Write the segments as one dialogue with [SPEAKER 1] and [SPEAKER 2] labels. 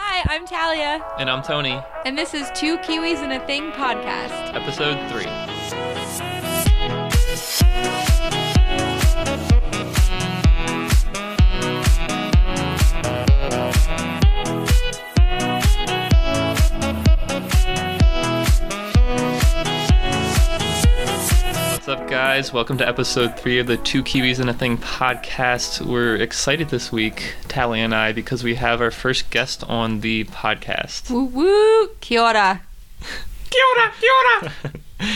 [SPEAKER 1] I'm Talia,
[SPEAKER 2] And I'm Tony,
[SPEAKER 1] and this is Two Kiwis and a Thing podcast.
[SPEAKER 2] episode three. What's up, guys? Welcome to episode three of the Two Kiwis and a Thing podcast. We're excited this week, Talia and I, because we have our first guest on the podcast.
[SPEAKER 1] Woo woo! Kia ora.
[SPEAKER 2] Kia ora, kia ora.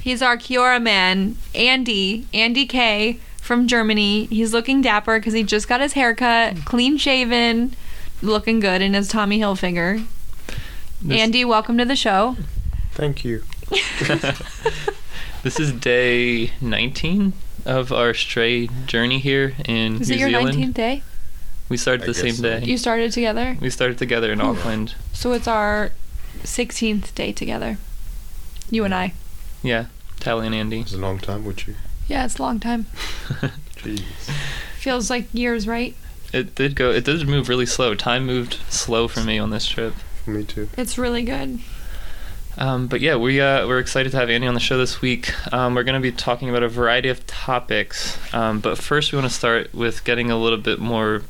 [SPEAKER 1] He's our Kia ora man, Andy, Andy K from Germany. He's looking dapper because he just got his haircut, clean shaven, looking good in his Tommy Hilfiger.
[SPEAKER 2] This-
[SPEAKER 1] Andy, welcome to the show.
[SPEAKER 3] Thank you.
[SPEAKER 2] This is day 19 of our stray journey here in
[SPEAKER 1] Is
[SPEAKER 2] New
[SPEAKER 1] it your
[SPEAKER 2] Zealand.
[SPEAKER 1] 19th day?
[SPEAKER 2] We started
[SPEAKER 3] I
[SPEAKER 2] the same
[SPEAKER 3] guess
[SPEAKER 2] day.
[SPEAKER 3] so.
[SPEAKER 1] You started together?
[SPEAKER 2] We started together in Auckland.
[SPEAKER 1] So it's our 16th day together. You and I.
[SPEAKER 2] Yeah, Tally and Andy.
[SPEAKER 3] It's a long time, would you?
[SPEAKER 1] Yeah, it's a long time.
[SPEAKER 3] Jeez.
[SPEAKER 1] Feels like years, right?
[SPEAKER 2] It did go. It did move really slow. Time moved slow for me on this trip.
[SPEAKER 3] Me too.
[SPEAKER 1] It's really good.
[SPEAKER 2] Um, but yeah, we uh, we're excited to have Andy on the show this week. Um, we're going to be talking about a variety of topics. Um, but first, we want to start with getting a little bit more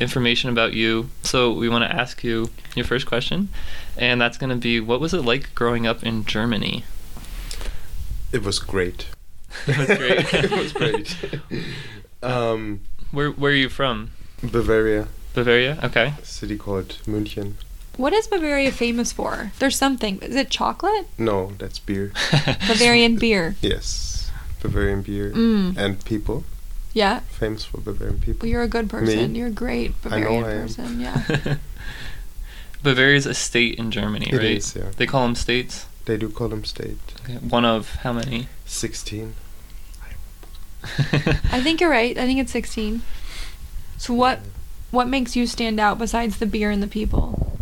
[SPEAKER 2] information about you. So we want to ask you your first question, and that's going to be, what was it like growing up in Germany?
[SPEAKER 3] It was great.
[SPEAKER 2] It was great.
[SPEAKER 3] it was great. Um,
[SPEAKER 2] Where Where are you from?
[SPEAKER 3] Bavaria,
[SPEAKER 2] Bavaria. Okay.
[SPEAKER 3] a city called München.
[SPEAKER 1] What is Bavaria famous for? There's something. Is it chocolate?
[SPEAKER 3] No, that's beer.
[SPEAKER 1] Bavarian beer.
[SPEAKER 3] Yes, Bavarian beer
[SPEAKER 1] Mm.
[SPEAKER 3] and people.
[SPEAKER 1] Yeah.
[SPEAKER 3] Famous for Bavarian people.
[SPEAKER 1] Well, you're a good person.
[SPEAKER 3] Me?
[SPEAKER 1] You're a great
[SPEAKER 3] I know
[SPEAKER 1] Bavarian
[SPEAKER 3] I am.
[SPEAKER 1] person. Yeah.
[SPEAKER 2] Bavaria is a state in Germany,
[SPEAKER 3] It
[SPEAKER 2] right?
[SPEAKER 3] is, yeah.
[SPEAKER 2] They call them states.
[SPEAKER 3] They do call them state.
[SPEAKER 2] Okay. One of how many?
[SPEAKER 3] Sixteen.
[SPEAKER 1] I think you're right. I think it's 16. So what what makes you stand out besides the beer and the people?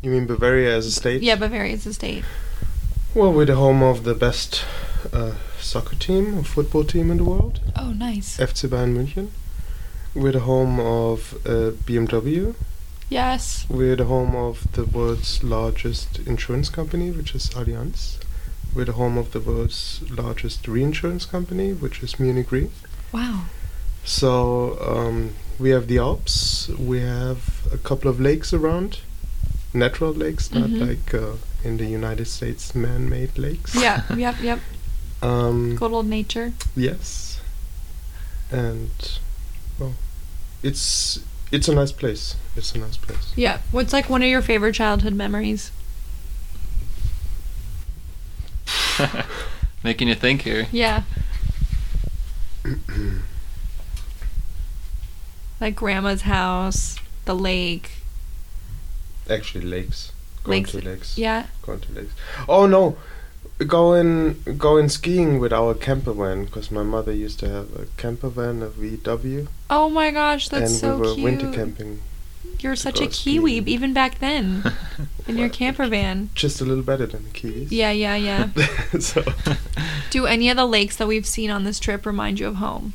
[SPEAKER 3] You mean Bavaria as a state?
[SPEAKER 1] Yeah, Bavaria is a state.
[SPEAKER 3] Well, we're the home of the best uh, soccer team, or football team in the world.
[SPEAKER 1] Oh, nice.
[SPEAKER 3] FC Bayern München. We're the home of uh, BMW.
[SPEAKER 1] Yes.
[SPEAKER 3] We're the home of the world's largest insurance company, which is Allianz. We're the home of the world's largest reinsurance company, which is Munich Re.
[SPEAKER 1] Wow.
[SPEAKER 3] So um, we have the Alps. We have a couple of lakes around, natural lakes,
[SPEAKER 1] Mhm.
[SPEAKER 3] not like uh, in the United States, man-made lakes.
[SPEAKER 1] Yeah, yep, yep.
[SPEAKER 3] Um,
[SPEAKER 1] Good old nature.
[SPEAKER 3] Yes. And well, it's it's a nice place. It's a nice place.
[SPEAKER 1] Yeah. What's like one of your favorite childhood memories?
[SPEAKER 2] Making you think here.
[SPEAKER 1] Yeah. like grandma's house, the lake.
[SPEAKER 3] Actually, lakes. Going
[SPEAKER 1] Lakes-
[SPEAKER 3] to lakes.
[SPEAKER 1] Yeah.
[SPEAKER 3] Going to lakes. Oh no, going going skiing with our camper van because my mother used to have a camper van, a VW,
[SPEAKER 1] Oh my gosh, that's
[SPEAKER 3] and
[SPEAKER 1] so
[SPEAKER 3] we were
[SPEAKER 1] cute.
[SPEAKER 3] winter camping.
[SPEAKER 1] You're such a
[SPEAKER 3] Go
[SPEAKER 1] Kiwi,
[SPEAKER 3] skiing.
[SPEAKER 1] even back then, in your
[SPEAKER 3] Well,
[SPEAKER 1] camper van.
[SPEAKER 3] Just a little better than the Kiwis.
[SPEAKER 1] Yeah, yeah, yeah.
[SPEAKER 3] so
[SPEAKER 1] Do any of the lakes that we've seen on this trip remind you of home?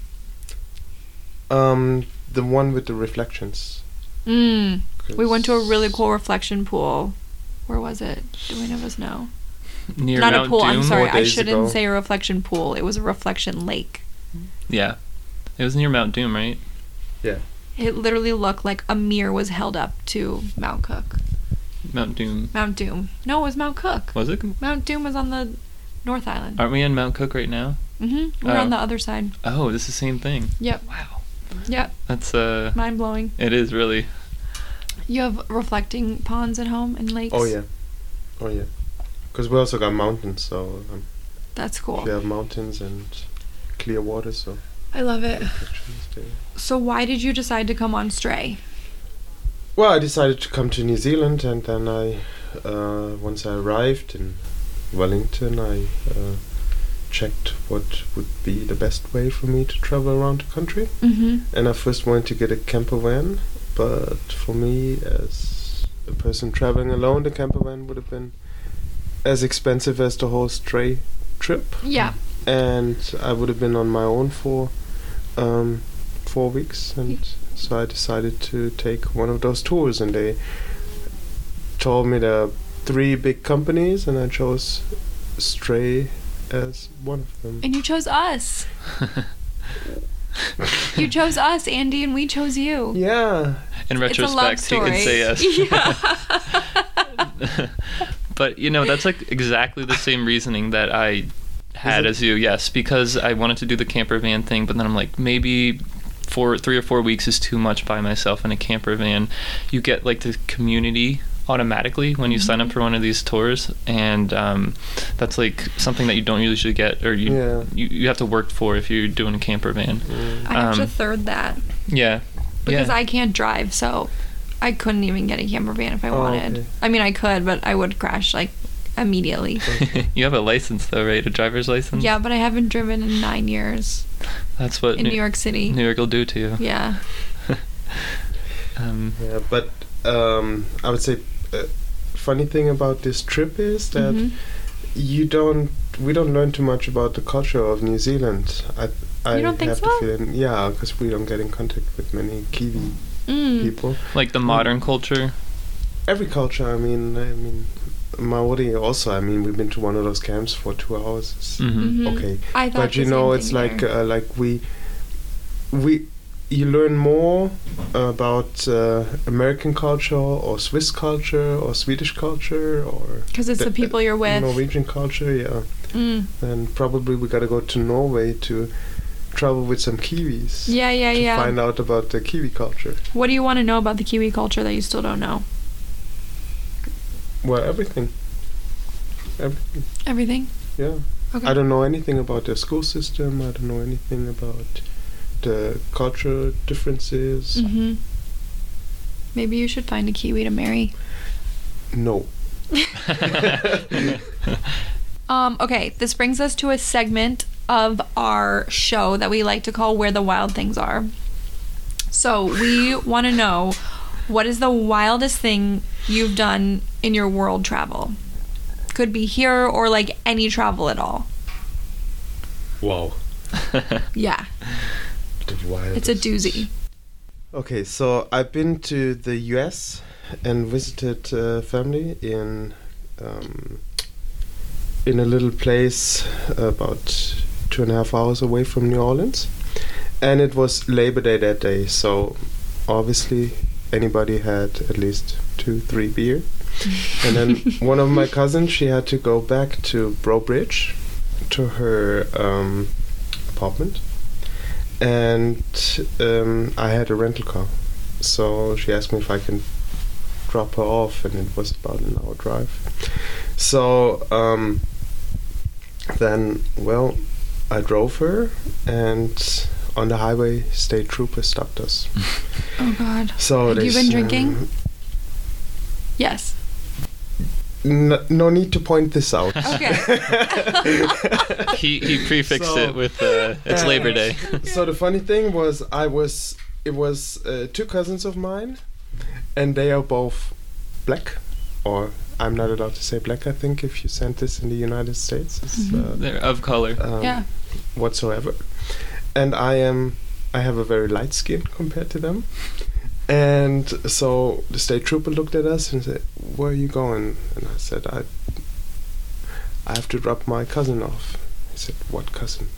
[SPEAKER 3] um, the one with the reflections.
[SPEAKER 1] Mm. We went to a really
[SPEAKER 3] 'cause-
[SPEAKER 1] cool reflection pool. Where was it? Do any of us know?
[SPEAKER 2] Near
[SPEAKER 1] Not
[SPEAKER 2] Mount
[SPEAKER 1] a pool. I'm
[SPEAKER 2] Doom?
[SPEAKER 1] sorry. I
[SPEAKER 3] days
[SPEAKER 1] shouldn't
[SPEAKER 3] ago.
[SPEAKER 1] say a reflection pool. It was a reflection lake.
[SPEAKER 2] Yeah. It was near Mount Doom, right?
[SPEAKER 1] It literally looked like a mirror was held up to Mount Cook.
[SPEAKER 2] Mount Doom.
[SPEAKER 1] Mount Doom. No, it was Mount Cook.
[SPEAKER 2] Was it?
[SPEAKER 1] Mount Doom was on the North Island.
[SPEAKER 2] Aren't we in Mount Cook right now?
[SPEAKER 1] hmm We're
[SPEAKER 2] Oh.
[SPEAKER 1] on the other side.
[SPEAKER 2] Oh, this is the same thing.
[SPEAKER 1] Yep.
[SPEAKER 2] Wow.
[SPEAKER 1] Yep.
[SPEAKER 2] That's uh.
[SPEAKER 1] Mind blowing.
[SPEAKER 2] It is really.
[SPEAKER 1] You have reflecting ponds at home and lakes.
[SPEAKER 3] Oh yeah, oh yeah. Because we also got mountains, so um,
[SPEAKER 1] That's cool.
[SPEAKER 3] We have mountains and clear water, so
[SPEAKER 1] I love it.
[SPEAKER 3] reflections there.
[SPEAKER 1] So why did you decide to come on Stray?
[SPEAKER 3] Well, I decided to come to New Zealand, and then I, uh, once I arrived in Wellington, I uh, checked what would be the best way for me to travel around the country.
[SPEAKER 1] Mm-hmm.
[SPEAKER 3] And I first wanted to get a camper van, but for me, as a person traveling alone, the camper van would have been as expensive as the whole stray trip.
[SPEAKER 1] Yeah.
[SPEAKER 3] and I would have been on my own for um, four weeks, and so I decided to take one of those tours, and they told me the three big companies, and I chose Stray as one of them.
[SPEAKER 1] And you chose us. you chose us, Andy, and we chose you.
[SPEAKER 3] Yeah,
[SPEAKER 2] In
[SPEAKER 1] It's a love
[SPEAKER 2] retrospect, he
[SPEAKER 1] story.
[SPEAKER 2] can say yes.
[SPEAKER 1] Yeah.
[SPEAKER 2] but you know, that's like exactly the same reasoning that I had
[SPEAKER 3] it-
[SPEAKER 2] as you. Yes, because I wanted to do the camper van thing, but then I'm like, maybe four, three or four weeks is too much by myself in a camper van. You get like the community automatically when you
[SPEAKER 1] Mm-hmm.
[SPEAKER 2] sign up for one of these tours, and um, that's like something that you don't usually get, or you,
[SPEAKER 3] Yeah.
[SPEAKER 2] you you have to work for if you're doing a camper van.
[SPEAKER 1] I have to
[SPEAKER 2] Um,
[SPEAKER 1] third that
[SPEAKER 2] Yeah.
[SPEAKER 1] because
[SPEAKER 2] yeah.
[SPEAKER 1] I can't drive, so I couldn't even get a camper van if I
[SPEAKER 3] Oh,
[SPEAKER 1] wanted.
[SPEAKER 3] okay.
[SPEAKER 1] I mean, I could, but I would crash like immediately.
[SPEAKER 2] you have a license though, right? A driver's license.
[SPEAKER 1] yeah, but I haven't driven in nine years
[SPEAKER 2] That's what
[SPEAKER 1] in New York City.
[SPEAKER 2] New York will do to you.
[SPEAKER 1] Yeah.
[SPEAKER 2] Um,
[SPEAKER 3] yeah. But um, I would say, uh, funny thing about this trip is that
[SPEAKER 1] Mhm.
[SPEAKER 3] you don't we don't learn too much about the culture of New Zealand. I I
[SPEAKER 1] You don't think
[SPEAKER 3] have
[SPEAKER 1] so?
[SPEAKER 3] to feel in, yeah, because we don't get in contact with many Kiwi
[SPEAKER 1] Mm.
[SPEAKER 3] people.
[SPEAKER 2] like the modern culture.
[SPEAKER 3] Every culture, I mean, I mean, Maori also. I mean, we've been to one of those camps for two hours. It's
[SPEAKER 2] Mm-hmm.
[SPEAKER 1] Mhm.
[SPEAKER 3] Okay,
[SPEAKER 1] I thought
[SPEAKER 3] but you
[SPEAKER 1] the
[SPEAKER 3] know,
[SPEAKER 1] same
[SPEAKER 3] it's
[SPEAKER 1] thing
[SPEAKER 3] like
[SPEAKER 1] here.
[SPEAKER 3] uh, like we we you learn more about uh, American culture or Swiss culture or Swedish culture or
[SPEAKER 1] Because it's the
[SPEAKER 3] the-
[SPEAKER 1] people you're with.
[SPEAKER 3] Norwegian culture, yeah.
[SPEAKER 1] Mm.
[SPEAKER 3] And probably we gotta go to Norway to travel with some Kiwis.
[SPEAKER 1] Yeah, yeah,
[SPEAKER 3] To
[SPEAKER 1] yeah.
[SPEAKER 3] find out about the Kiwi culture.
[SPEAKER 1] What do you want to know about the Kiwi culture that you still don't know?
[SPEAKER 3] Well, everything. Everything.
[SPEAKER 1] Everything.
[SPEAKER 3] Yeah.
[SPEAKER 1] Okay.
[SPEAKER 3] I don't know anything about their school system. I don't know anything about the cultural differences.
[SPEAKER 1] hmm Maybe you should find a Kiwi to marry.
[SPEAKER 3] No.
[SPEAKER 1] Um, okay, this brings us to a segment of our show that we like to call Where the Wild Things Are. So we want to know what is the wildest thing you've done in your world travel? Could be here or like any travel at all.
[SPEAKER 3] Wow.
[SPEAKER 1] Yeah, it's a doozy.
[SPEAKER 3] Okay, so I've been to the U.S. and visited uh, family in um, in a little place about two and a half hours away from New Orleans, and it was Labor Day that day. So obviously, anybody had at least two, three beer, and then one of my cousins she had to go back to Brobridge to her um, apartment and um, I had a rental car. So she asked me if I can drop her off, and it was about an hour drive. So um, then, well, I drove her, and on the highway, state trooper stopped us.
[SPEAKER 1] Oh God.
[SPEAKER 3] So
[SPEAKER 1] Had
[SPEAKER 3] um, Mm-hmm. they
[SPEAKER 1] you been
[SPEAKER 3] s-
[SPEAKER 1] drinking? Yes.
[SPEAKER 3] N- no need to point this out.
[SPEAKER 1] Okay.
[SPEAKER 2] he he prefixed
[SPEAKER 3] So-
[SPEAKER 2] it with uh, it's
[SPEAKER 3] Yeah.
[SPEAKER 2] Labor Day.
[SPEAKER 3] so the funny thing was, I was it was uh, two cousins of mine, and they are both black, or I'm not allowed to say black. I think if you sent this in the United States, it's, uh,
[SPEAKER 2] They're of color.
[SPEAKER 3] um,
[SPEAKER 1] yeah.
[SPEAKER 3] whatsoever, and I am I have a very light skin compared to them. And so the state trooper looked at us and said, "Where are you going?" And I said, "I I have to drop my cousin off." He said, "What cousin?"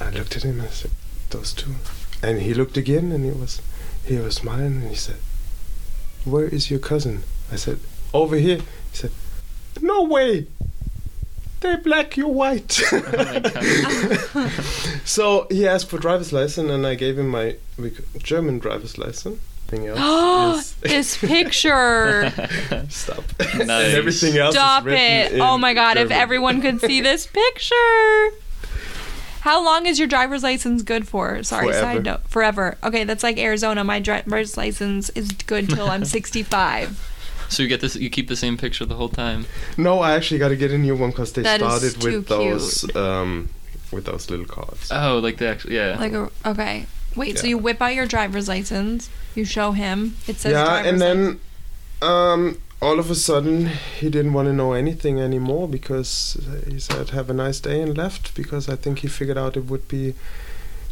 [SPEAKER 3] I looked at him and I said, "Those two. And he looked again and he was he was smiling and he said, "Where is your cousin?" I said, "Over here." He said, "No way. They black, you white."
[SPEAKER 2] Oh my God.
[SPEAKER 3] so he asked for driver's license and I gave him my bec- German driver's license. Everything
[SPEAKER 1] Oh,
[SPEAKER 3] else is
[SPEAKER 1] this
[SPEAKER 3] Uh,
[SPEAKER 1] picture.
[SPEAKER 3] stop. And
[SPEAKER 2] Nice.
[SPEAKER 3] everything else
[SPEAKER 1] Stop
[SPEAKER 3] is written
[SPEAKER 1] it. Oh
[SPEAKER 3] in
[SPEAKER 1] my god, if
[SPEAKER 3] German.
[SPEAKER 1] everyone could see this picture. How long is your driver's license good for? Sorry,
[SPEAKER 3] Forever.
[SPEAKER 1] side note. Forever. Okay, that's like Arizona. My driver's license is good till I'm 65.
[SPEAKER 2] so you get this. You keep the same picture the whole time.
[SPEAKER 3] No, I actually got to get a new one because they
[SPEAKER 1] That is
[SPEAKER 3] started
[SPEAKER 1] too
[SPEAKER 3] with those um, with those little cards.
[SPEAKER 2] Oh, like the actual yeah.
[SPEAKER 1] Like, a, okay. Wait, so
[SPEAKER 3] Yeah.
[SPEAKER 1] you whip out your driver's license, you show him, it says
[SPEAKER 3] yeah,
[SPEAKER 1] driver's
[SPEAKER 3] and
[SPEAKER 1] license.
[SPEAKER 3] then um, all of a sudden he didn't want to know anything anymore because he said, "Have a nice day," and left because I think he figured out it would be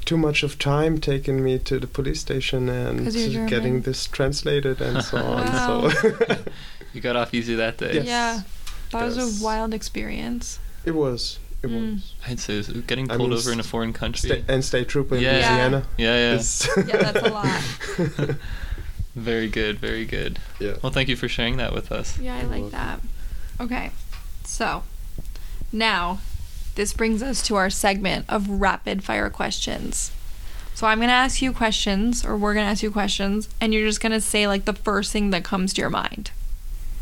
[SPEAKER 3] too much of time taking me to the police station
[SPEAKER 1] 'Cause you're
[SPEAKER 3] and
[SPEAKER 1] German.
[SPEAKER 3] getting this translated and so on.
[SPEAKER 1] Wow.
[SPEAKER 3] So
[SPEAKER 2] You got off easy that day.
[SPEAKER 3] Yes.
[SPEAKER 1] Yeah. That was
[SPEAKER 3] Yes.
[SPEAKER 1] a wild experience.
[SPEAKER 3] it was. It
[SPEAKER 1] Mm.
[SPEAKER 3] was.
[SPEAKER 2] I'd say it's getting
[SPEAKER 3] I
[SPEAKER 2] pulled
[SPEAKER 3] mean,
[SPEAKER 2] over in a foreign country.
[SPEAKER 3] Sta- and state trooper in
[SPEAKER 2] Yeah.
[SPEAKER 1] Yeah.
[SPEAKER 3] Louisiana.
[SPEAKER 2] yeah, yeah.
[SPEAKER 3] is-
[SPEAKER 1] Yeah, that's a lot.
[SPEAKER 2] Very good, very good.
[SPEAKER 3] yeah.
[SPEAKER 2] Well, thank you for sharing that with us.
[SPEAKER 1] Yeah, I
[SPEAKER 3] You're
[SPEAKER 1] like
[SPEAKER 3] welcome.
[SPEAKER 1] that. Okay. So now this brings us to our segment of rapid fire questions. So I'm going to ask you questions, or we're going to ask you questions, and you're just going to say like the first thing that comes to your mind.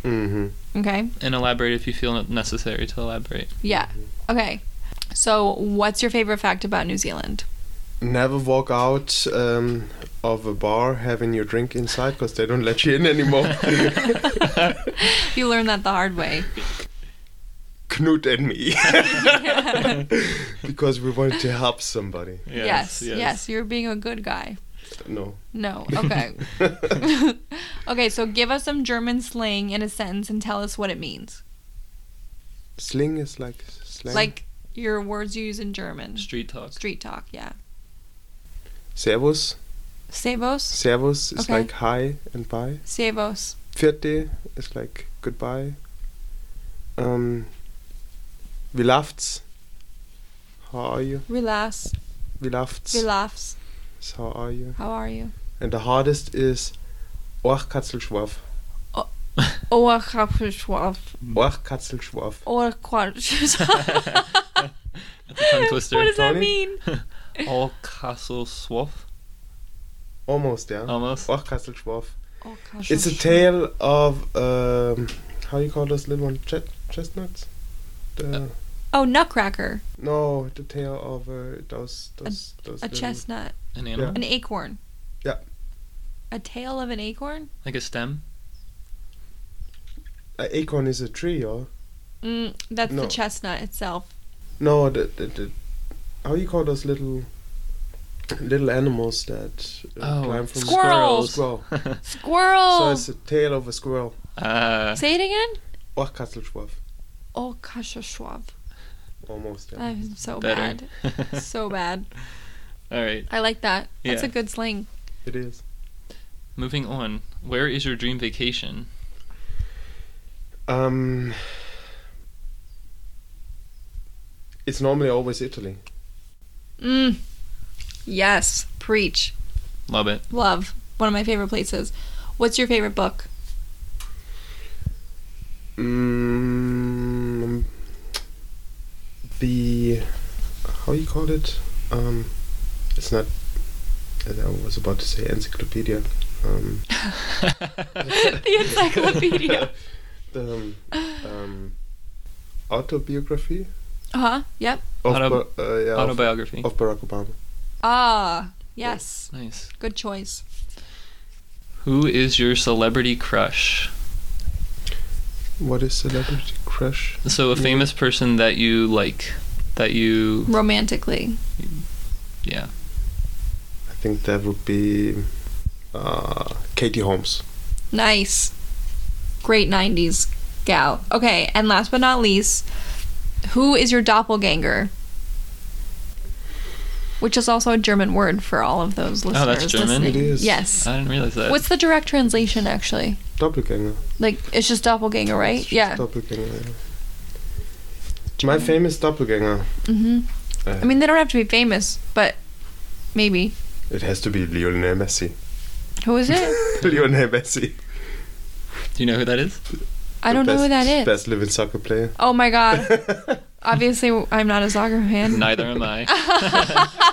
[SPEAKER 3] Mm-hmm.
[SPEAKER 1] Okay.
[SPEAKER 2] And elaborate if you feel it necessary to elaborate.
[SPEAKER 1] Yeah. Okay. So what's your favorite fact about New Zealand?
[SPEAKER 3] Never walk out um, of a bar having your drink inside because they don't let you in anymore.
[SPEAKER 1] You learned that the hard way.
[SPEAKER 3] Knut and me. because we wanted to help somebody.
[SPEAKER 1] yes, yes. You're being a good guy.
[SPEAKER 3] No.
[SPEAKER 1] No. Okay. okay. So give us some German slang in a sentence and tell us what it means.
[SPEAKER 3] Sling is like slang.
[SPEAKER 1] Like your words you use in German.
[SPEAKER 2] Street talk.
[SPEAKER 1] Street talk, yeah.
[SPEAKER 3] Servus.
[SPEAKER 1] Savos,
[SPEAKER 3] Servus is
[SPEAKER 1] Okay.
[SPEAKER 3] like hi and bye.
[SPEAKER 1] savos.
[SPEAKER 3] Vierte is like goodbye. Um, wie läuft's? How are you?
[SPEAKER 1] Relax,
[SPEAKER 3] Wie läuft's?
[SPEAKER 1] relax.
[SPEAKER 3] is how are you?
[SPEAKER 1] How are you?
[SPEAKER 3] And the hardest is Och Katzelschwarf.
[SPEAKER 1] Or Kapschwaf.
[SPEAKER 3] Och Katzelschwarf.
[SPEAKER 1] Or Quatsch.
[SPEAKER 2] That's a tongue twister.
[SPEAKER 1] What does that
[SPEAKER 3] Tony?
[SPEAKER 1] mean?
[SPEAKER 2] All castle swath.
[SPEAKER 3] Almost, yeah.
[SPEAKER 2] Almost.
[SPEAKER 3] Och Katzelschwarf.
[SPEAKER 1] Or
[SPEAKER 3] It's a tale of um, how you call those little one chest chestnuts. The,
[SPEAKER 1] Oh, nutcracker.
[SPEAKER 3] no, the tail of uh, those those those.
[SPEAKER 1] A
[SPEAKER 3] little-
[SPEAKER 1] chestnut.
[SPEAKER 2] An animal.
[SPEAKER 1] An acorn.
[SPEAKER 3] Yeah.
[SPEAKER 1] A tail of an acorn?
[SPEAKER 2] Like a stem.
[SPEAKER 3] A acorn is a tree, oh. or
[SPEAKER 1] Mm, that's the
[SPEAKER 3] No.
[SPEAKER 1] chestnut itself.
[SPEAKER 3] no? The, the, the how you call those little little animals that uh, climb from
[SPEAKER 1] Squirrel.
[SPEAKER 3] the
[SPEAKER 1] Squirrels.
[SPEAKER 3] squirrel? So
[SPEAKER 1] Squirrel!
[SPEAKER 3] it's the tail of a squirrel.
[SPEAKER 2] uh,
[SPEAKER 1] Say it again.
[SPEAKER 3] Or Katzelschwarf,
[SPEAKER 1] Oh, Kasha
[SPEAKER 3] almost. Yeah.
[SPEAKER 1] I'm so
[SPEAKER 2] better.
[SPEAKER 1] bad. So bad.
[SPEAKER 2] All right.
[SPEAKER 1] I like that. That's
[SPEAKER 2] Yeah.
[SPEAKER 1] a good sling.
[SPEAKER 3] It is
[SPEAKER 2] Moving on. Where is your dream vacation?
[SPEAKER 3] Um, it's normally always Italy.
[SPEAKER 1] Mm. Yes. Preach.
[SPEAKER 2] Love it.
[SPEAKER 1] Love. One of my favorite places. What's your favorite book?
[SPEAKER 3] Mm, the how you call it? Um, it's not. I was about to say encyclopedia. Um,
[SPEAKER 1] the encyclopedia.
[SPEAKER 3] the um, um, autobiography
[SPEAKER 1] Uh huh. Yep.
[SPEAKER 3] of,
[SPEAKER 2] Auto-
[SPEAKER 3] Ba- uh, yeah, of-
[SPEAKER 2] Autobiography.
[SPEAKER 3] of Barack Obama.
[SPEAKER 1] Ah, yes.
[SPEAKER 2] Nice.
[SPEAKER 1] Good choice.
[SPEAKER 2] Who is your celebrity crush?
[SPEAKER 3] What is celebrity crush?
[SPEAKER 2] So a
[SPEAKER 3] Yeah.
[SPEAKER 2] famous person that you like, that you
[SPEAKER 1] Romantically.
[SPEAKER 2] yeah.
[SPEAKER 3] I think that would be uh, Katie Holmes.
[SPEAKER 1] Nice. Great 90s gal. Okay, and last but not least, who is your doppelganger? Which is also a German word for all of those listeners.
[SPEAKER 2] Oh, that's German?
[SPEAKER 1] listening.
[SPEAKER 3] It is.
[SPEAKER 1] Yes.
[SPEAKER 2] I didn't realize that.
[SPEAKER 1] What's the direct translation, actually?
[SPEAKER 3] Doppelganger.
[SPEAKER 1] Like, it's just doppelganger, right? yeah.
[SPEAKER 3] Doppelganger. yeah. My famous doppelganger.
[SPEAKER 1] hmm
[SPEAKER 3] Uh,
[SPEAKER 1] I mean, they don't have to be famous, but maybe.
[SPEAKER 3] It has to be Lionel Messi.
[SPEAKER 1] Who is it?
[SPEAKER 3] Lionel Messi.
[SPEAKER 2] Do you know who that is?
[SPEAKER 1] I
[SPEAKER 3] the
[SPEAKER 1] don't know who that
[SPEAKER 3] best-
[SPEAKER 1] is. Uh,
[SPEAKER 3] Best living soccer player.
[SPEAKER 1] Oh my god. Obviously, I'm not a soccer fan.
[SPEAKER 2] Neither am I.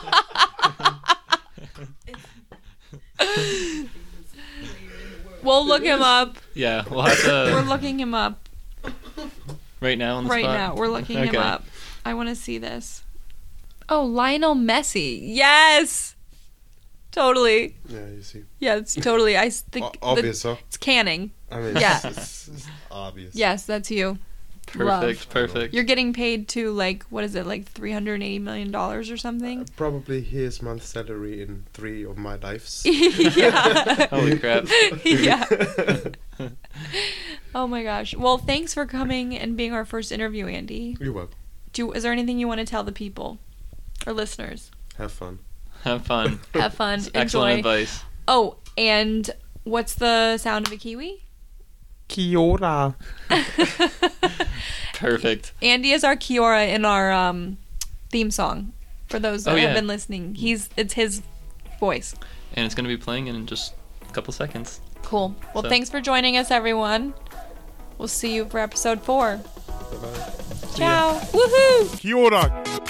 [SPEAKER 1] We'll look him up.
[SPEAKER 2] Yeah, we'll have
[SPEAKER 1] We're
[SPEAKER 2] to
[SPEAKER 1] looking him up
[SPEAKER 2] right now on the
[SPEAKER 1] right
[SPEAKER 2] spot.
[SPEAKER 1] now. We're looking
[SPEAKER 2] Okay.
[SPEAKER 1] him up. I want to see this. Oh, Lionel Messi. Yes. Totally.
[SPEAKER 3] Yeah, you see.
[SPEAKER 1] Yeah, it's totally. I s- think
[SPEAKER 3] O-
[SPEAKER 1] the-
[SPEAKER 3] obvious, huh?
[SPEAKER 1] it's canning.
[SPEAKER 3] I mean,
[SPEAKER 1] yeah.
[SPEAKER 3] it's, it's, it's obvious.
[SPEAKER 1] Yes, that's you.
[SPEAKER 2] Perfect,
[SPEAKER 1] Love.
[SPEAKER 2] perfect.
[SPEAKER 1] You're getting paid to like what is it like 380 million dollars or something?
[SPEAKER 3] Uh, Probably his month's salary in three of my lives.
[SPEAKER 1] yeah.
[SPEAKER 2] Holy crap.
[SPEAKER 1] yeah. Oh my gosh. Well, thanks for coming and being our first interview, Andy.
[SPEAKER 3] You're welcome.
[SPEAKER 1] Do is there anything you want to tell the people or listeners?
[SPEAKER 3] Have fun.
[SPEAKER 2] Have fun.
[SPEAKER 1] Have fun.
[SPEAKER 2] It's excellent
[SPEAKER 1] enjoy.
[SPEAKER 2] advice.
[SPEAKER 1] Oh, and what's the sound of a kiwi?
[SPEAKER 3] Kiora.
[SPEAKER 2] Perfect.
[SPEAKER 1] Andy is our Kiora in our um, theme song. For those that
[SPEAKER 2] Oh, yeah.
[SPEAKER 1] have been listening, he's it's his voice.
[SPEAKER 2] And it's going to be playing in just a couple seconds.
[SPEAKER 1] Cool. Well,
[SPEAKER 2] So-
[SPEAKER 1] thanks for joining us, everyone. We'll see you for episode four.
[SPEAKER 3] Bye-bye.
[SPEAKER 1] Ciao. Woohoo!
[SPEAKER 4] Kia ora.